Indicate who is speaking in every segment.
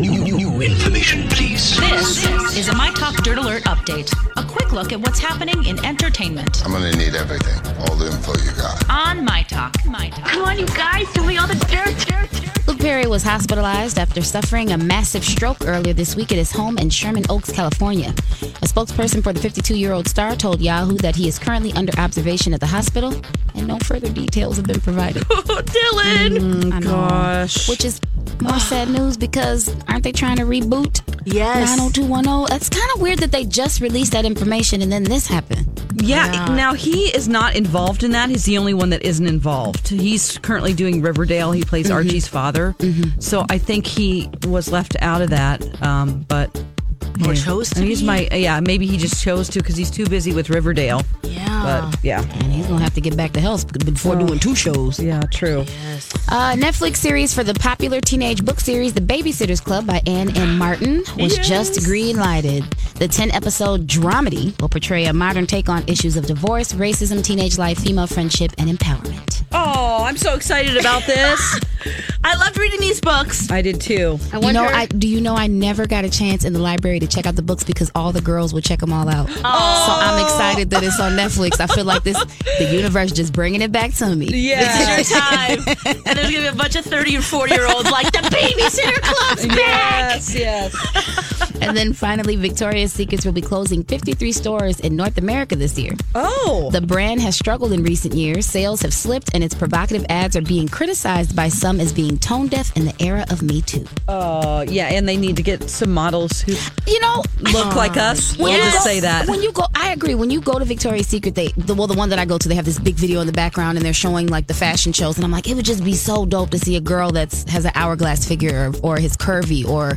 Speaker 1: New, new, new information, please.
Speaker 2: This is a My Talk Dirt Alert update. A quick look at what's happening in entertainment
Speaker 3: I'm gonna need everything, all the info you got.
Speaker 2: on My Talk. My Talk.
Speaker 4: Come on, you guys, give me all the dirt, dirt, dirt.
Speaker 5: Luke Perry was hospitalized after suffering a massive stroke earlier this week at his home in Sherman Oaks, California. A spokesperson for the 52 year old star told Yahoo that he is currently under observation at the hospital, and no further details have been provided.
Speaker 4: Dylan.
Speaker 6: Mm,
Speaker 5: I know. Which is more sad news because aren't they trying to reboot
Speaker 4: Yes.
Speaker 5: 90210? It's kind of weird that they just released that information and then this happened.
Speaker 6: Yeah, now he is not involved in that. He's the only one that isn't involved. He's currently doing Riverdale. He plays
Speaker 4: Mm-hmm.
Speaker 6: Archie's father. So I think he was left out of that. Um, but
Speaker 4: Or
Speaker 6: hey,
Speaker 4: chose to
Speaker 6: and he's
Speaker 4: be.
Speaker 6: my yeah. Maybe he just chose to because he's too busy with Riverdale.
Speaker 4: Yeah.
Speaker 6: But yeah,
Speaker 5: And he's going to have to get back to health before doing two shows.
Speaker 6: yeah, true.
Speaker 5: Uh, Netflix series for the popular teenage book series The Babysitter's Club by Anne and Martin was just green-lighted. The 10-episode dramedy will portray a modern take on issues of divorce, racism, teenage life, female friendship, and empowerment.
Speaker 6: Oh, I'm so excited about this.
Speaker 4: I loved reading these books.
Speaker 6: I did too.
Speaker 4: I
Speaker 5: You
Speaker 4: wonder.
Speaker 5: know, I do you know I never got a chance in the library to check out the books because all the girls would check them all out. So I'm excited that it's on Netflix. I feel like this the universe just bringing it back to me.
Speaker 6: Yeah.
Speaker 4: your time. and there's gonna be a bunch of 30 and 40 year olds like the babysitter club's back.
Speaker 6: Yes, yes.
Speaker 5: And then finally Victoria's Secrets will be closing 53 stores in North America this year.
Speaker 6: Oh,
Speaker 5: The brand has struggled in recent years. Sales have slipped, and its provocative ads are being criticized by some as being tone deaf in the era of Me Too.
Speaker 6: uh, yeah, and they need to get some models who
Speaker 5: You know, uh,
Speaker 6: look like
Speaker 4: Oh,
Speaker 6: us. We'll
Speaker 5: you
Speaker 6: just
Speaker 5: go-
Speaker 6: say that.
Speaker 5: When you go, I agree. When you go to Victoria's Secret, they the, well, the one that I go to, they have this big video in the background, and they're showing like the fashion shows, and I'm like, it would just be so dope to see a girl that's has an hourglass figure or, or is curvy or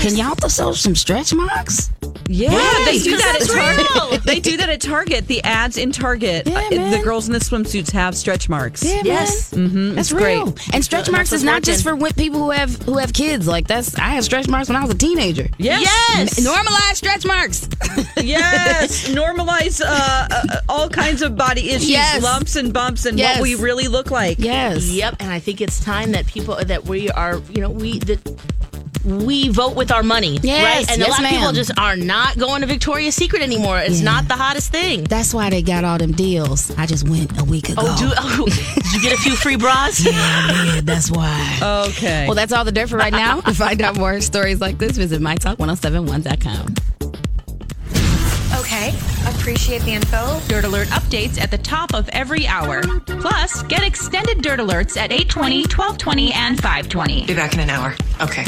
Speaker 5: can y'all th- show some stretch marks?
Speaker 6: Yeah, they do
Speaker 4: because
Speaker 6: that at
Speaker 4: that's real.
Speaker 6: Target. they do that at Target. The ads in Target,
Speaker 5: Yeah,
Speaker 6: uh, the
Speaker 5: man.
Speaker 6: girls in the swimsuits have stretch marks.
Speaker 4: Yes.
Speaker 5: mm-hmm, that's
Speaker 6: great.
Speaker 5: real. And stretch marks is not just for wi- people who have who have kids. Like that's I had stretch marks when I was a teenager.
Speaker 6: Yes.
Speaker 4: Yes.
Speaker 5: Normalize stretch marks.
Speaker 6: Yes. Normalize uh, uh, all kinds of body issues,
Speaker 5: Yes.
Speaker 6: lumps and bumps, and
Speaker 5: Yes.
Speaker 6: what we really look like.
Speaker 5: Yes.
Speaker 4: Yep, and I think it's time that people that we are, you know, we that we vote with our money,
Speaker 5: Yes,
Speaker 4: right? And a
Speaker 5: yes,
Speaker 4: lot of people
Speaker 5: ma'am.
Speaker 4: just are not going to Victoria's Secret anymore. It's not the hottest thing.
Speaker 5: That's why they got all them deals. I just went a week ago.
Speaker 4: Oh, do oh, did you get a few free bras?
Speaker 5: Yeah, that's why.
Speaker 6: Okay.
Speaker 5: well, that's all the dirt for right now. to find out more stories like this, visit mytalk1071.com.
Speaker 7: Okay, appreciate the info.
Speaker 2: Dirt Alert updates at the top of every hour. Plus, get extended Dirt Alerts at 820, 1220, and 520.
Speaker 7: Be back in an hour. Okay.